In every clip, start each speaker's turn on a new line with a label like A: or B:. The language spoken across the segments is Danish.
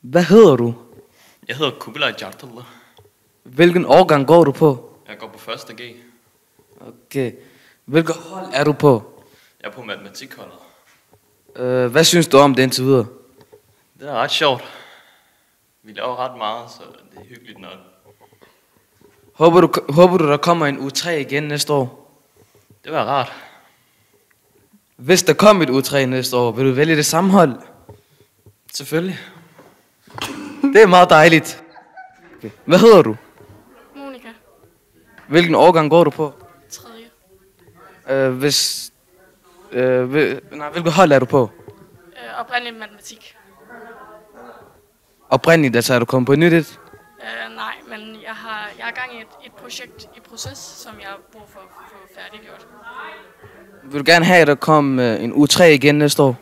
A: Hvad hedder du?
B: Jeg hedder Kubilaj Jartallah.
A: Hvilken årgang går du på?
B: Jeg går på 1. G.
A: Okay. Hvilket hold er du på?
B: Jeg er på matematikholdet.
A: Uh, hvad synes du om det indtil videre?
B: Det er ret sjovt. Vi laver ret meget, så det er hyggeligt nok.
A: Håber du, håber du, der kommer en U3 igen næste år?
B: Det var rart.
A: Hvis der kom et U3 næste år, vil du vælge det samme hold?
B: Selvfølgelig.
A: Det er meget dejligt. Okay. Hvad hedder du?
C: Monika,
A: Hvilken årgang går du på?
C: tredje.
A: Uh, hvis, uh, hvil, nej, hvilket hold er du på?
C: Øh, oprindeligt matematik.
A: Oprindeligt, altså er du kommet på et nyt et?
C: Øh, nej, men jeg har jeg er i gang i et, et projekt i proces, som jeg har brug for at få færdiggjort.
A: Vil du gerne have, at der kom uh, en U3 igen næste år?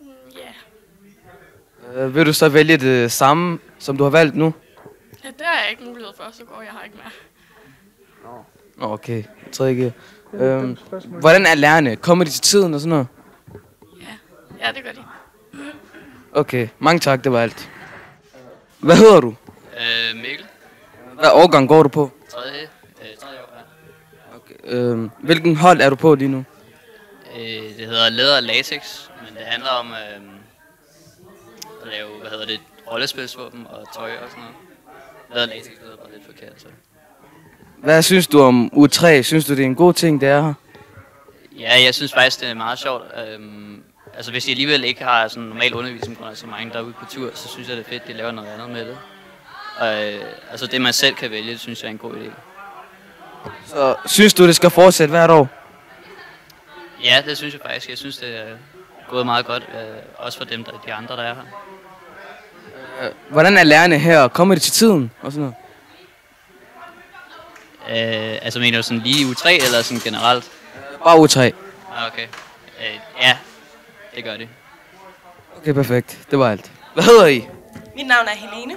C: Mm, Ja,
A: Uh, vil du så vælge det samme, som du har valgt nu?
C: yeah. det har jeg ikke mulighed for, så går jeg her ikke mere.
A: Nå, okay. 3G. Øhm, hvordan er lærerne? Kommer de til tiden og sådan noget?
C: Ja, ja det gør de.
A: Okay, mange tak, det var alt. Hvad hedder du?
D: Øh, Mikkel,
A: Hvad årgang går du på?
D: tredje, øh, tredje år her.
A: Okay, øhm, hvilken hold er du på lige nu?
D: Øh, det hedder Læder og Latex, men det handler om øh, at lave, hvad hedder det, rollespilsvåben og tøj og sådan noget. Læder og Latex lyder bare lidt forkert, så.
A: Hvad synes du om U3? Synes du, det er en god ting, det er her?
D: Ja, jeg synes faktisk, det er meget sjovt. Øhm, altså, hvis de alligevel ikke har sådan normal undervisning, på grund af så mange, der er ude på tur, så synes jeg, det er fedt, de laver noget andet med det. Og, øh, altså, det man selv kan vælge, det synes jeg er en god idé.
A: Så synes du, det skal fortsætte hvert år?
D: Ja, det synes jeg faktisk. Jeg synes, det er gået meget godt, øh, også for dem, der, de andre, der er her.
A: Hvordan er lærerne her? Kommer de til tiden og sådan noget?
D: Øh, altså, mener du sådan lige i U3, eller sådan generelt?
A: Bare U3.
D: Ah, okay. Øh, ja, det gør det.
A: Okay, perfekt. Det var alt. Hvad hedder I?
E: Mit navn er Helene,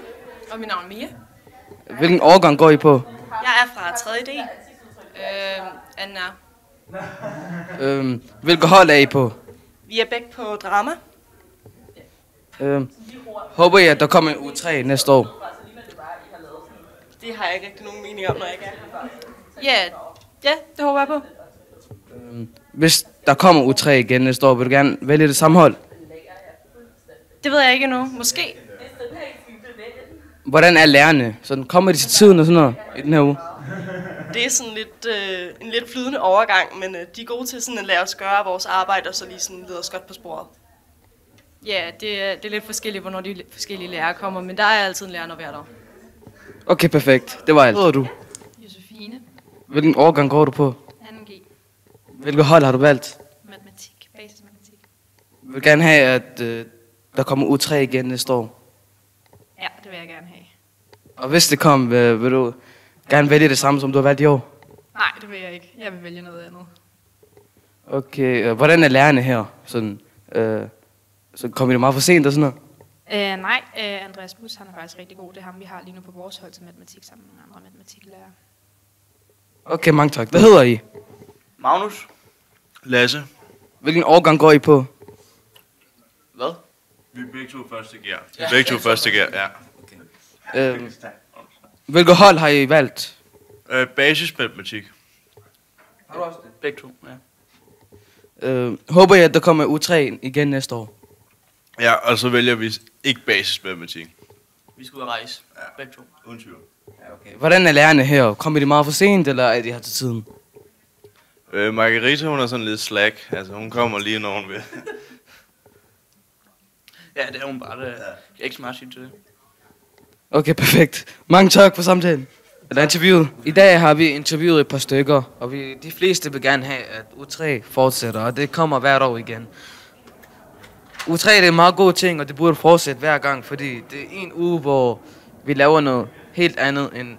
E: og mit navn er Mia.
A: Hvilken årgang går I på?
E: Jeg er fra 3.D. Øh, Anna,
A: Øhm, hvilket hold er I på?
E: vi er begge på drama.
A: Øhm, håber I, at der kommer en U3 næste år?
E: Det har jeg ikke rigtig nogen mening om, når jeg ikke er Ja, ja, det håber jeg på.
A: Hvis der kommer U3 igen næste år, vil du gerne vælge det samme hold?
E: Det ved jeg ikke endnu. Måske.
A: Hvordan er lærerne? Sådan, kommer de til tiden og sådan noget i den her uge?
E: Det er sådan lidt, øh, en lidt flydende overgang, men øh, de er gode til sådan at lade os gøre vores arbejde, og så lige sådan lede os godt på sporet.
F: Ja, det, er- det er lidt forskelligt, hvornår de forskellige lærere kommer, men der er altid en lærer, når hver dag.
A: Okay, perfekt. Det var alt. Hedder du?
F: Josefine,
A: Hvilken årgang går du på?
F: 2G,
A: Hvilket hold har du valgt?
F: matematik, basismatematik.
A: Jeg vil gerne have, at øh, der kommer U3 igen næste år.
F: Ja, det vil jeg gerne have.
A: Og hvis det kom, øh, vil du gerne vælge det samme, som du har valgt i år?
F: Nej, det vil jeg ikke. Jeg vil vælge noget andet.
A: Okay, øh, hvordan er lærerne her? Sådan, øh, så kommer de meget for sent og sådan noget?
F: Øh, nej, øh, Andreas Bus, han er faktisk rigtig god. Det er ham, vi har lige nu på vores hold til matematik sammen med nogle andre matematiklærere.
A: Okay, mange tak. Hvad hedder I?
B: Magnus? Lasse?
A: Hvilken årgang går I på?
B: Hvad?
G: Vi er begge to første gear. Vi er begge to første gear, ja.
A: Øh, hvilket hold har I valgt?
G: Øh, basismatematik.
B: Begge to, ja.
A: Øh, håber jeg, at der kommer U3 igen næste år.
G: Ja, og så vælger vi ikke basismatematik.
B: Vi skal ud og rejse. Ja. Begge to.
G: Uden tvivl.
A: Okay. Hvordan er lærerne her? Kommer de meget for sent, eller er de her til tiden?
G: Øh, Margarita, hun er sådan lidt slack. Altså, hun kommer lige, når hun vil.
B: Ja, det er hun bare. Det er ikke så meget at sige til det.
A: Okay, perfekt. Mange tak for samtalen. Eller interviewet. I dag har vi interviewet et par stykker, og vi, de fleste vil gerne have, at U3 fortsætter, og det kommer hvert år igen. U3 det er en meget god ting, og det burde fortsætte hver gang, fordi det er en uge, hvor vi laver noget helt andet, end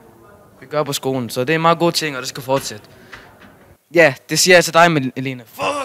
A: vi gør på skolen. Så det er en meget god ting, og det skal fortsætte. Ja, det siger jeg til dig, Elena. Fuck!